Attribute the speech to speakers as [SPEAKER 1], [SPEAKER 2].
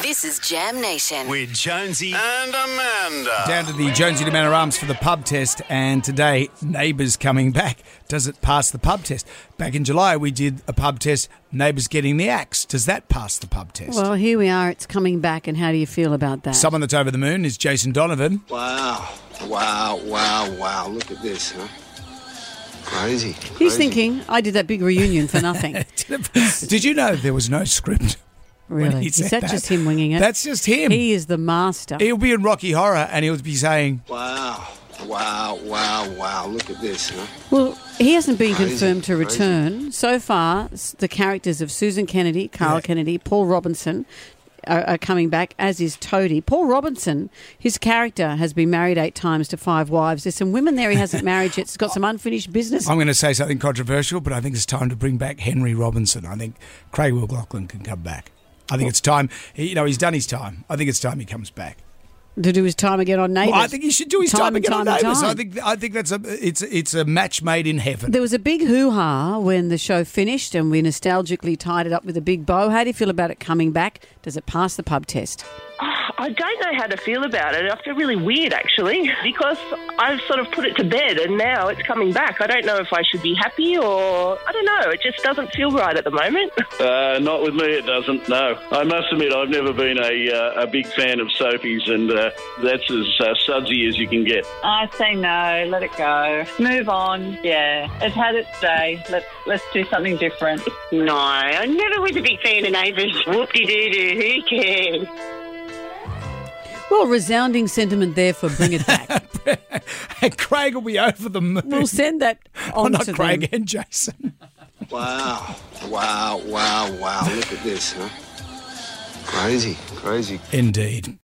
[SPEAKER 1] This is Jam Nation.
[SPEAKER 2] with Jonesy.
[SPEAKER 3] and Amanda.
[SPEAKER 2] Down to the Jonesy to Manor Arms for the pub test, and today, Neighbours coming back. Does it pass the pub test? Back in July, we did a pub test, Neighbours getting the axe. Does that pass the pub test?
[SPEAKER 4] Well, here we are. It's coming back, and how do you feel about that?
[SPEAKER 2] Someone that's over the moon is Jason Donovan.
[SPEAKER 5] Wow. Wow, wow, wow. Look at this, huh? Crazy.
[SPEAKER 4] He's
[SPEAKER 5] crazy.
[SPEAKER 4] thinking, I did that big reunion for nothing.
[SPEAKER 2] Did you know there was no script? when
[SPEAKER 4] really?
[SPEAKER 2] he
[SPEAKER 4] Is
[SPEAKER 2] said
[SPEAKER 4] that,
[SPEAKER 2] that?
[SPEAKER 4] just him winging it?
[SPEAKER 2] That's just him.
[SPEAKER 4] he is the master.
[SPEAKER 2] He'll be in Rocky Horror and he'll be saying,
[SPEAKER 5] Wow. Wow, wow, wow. Look at this, huh?
[SPEAKER 4] Well, he hasn't been
[SPEAKER 5] Crazy,
[SPEAKER 4] confirmed to
[SPEAKER 5] crazy.
[SPEAKER 4] return. So far, s- the characters of Susan Kennedy, Carl
[SPEAKER 2] Yeah.
[SPEAKER 4] Kennedy, Paul Robinson are, are coming back, as is Toadie. Paul Robinson, his character has been married eight times to five wives. There's some women there he hasn't married yet. He's got some unfinished business.
[SPEAKER 2] I'm going to say something controversial, but I think it's time to bring back Henry Robinson. I think Craig McLaughlin can come back. I think it's time. he- You know, he's done his time. I think it's time he comes back.
[SPEAKER 4] to do his time again on Neighbours.
[SPEAKER 2] Well, I think he should do his time,
[SPEAKER 4] and
[SPEAKER 2] again on
[SPEAKER 4] and
[SPEAKER 2] Neighbours.
[SPEAKER 4] time.
[SPEAKER 2] I think I think that's a it's it's a match made in heaven.
[SPEAKER 4] There was a big hoo ha when the show finished and we nostalgically tied it up with a big bow. How do you feel about it coming back? Does it pass the pub test?
[SPEAKER 6] I don't know how to feel about it. I feel really weird actually because I've sort of put it to bed and now it's coming back. I don't know if I should be happy or I don't know. It just doesn't feel right at the moment.
[SPEAKER 7] Uh, not with me, it doesn't. No, I must admit, I've never been a uh, a big fan of soapies, and uh, that's as uh, sudsy as you can get.
[SPEAKER 8] I say no, let it go. Move on. Yeah. It's had its day. Let's let's do something different.
[SPEAKER 9] No, I never was a big fan of neighbours. Whoop de doo doo, who cares?
[SPEAKER 4] Well, resounding sentiment there for bring it back.
[SPEAKER 2] and Craig will be over the moon.
[SPEAKER 4] we'll send that
[SPEAKER 2] Oh,
[SPEAKER 4] on
[SPEAKER 2] not
[SPEAKER 4] to
[SPEAKER 2] Craig
[SPEAKER 4] them.
[SPEAKER 2] and Jason.
[SPEAKER 5] Wow. Wow, wow, wow. Look at this, huh? Crazy. Crazy.
[SPEAKER 2] Indeed.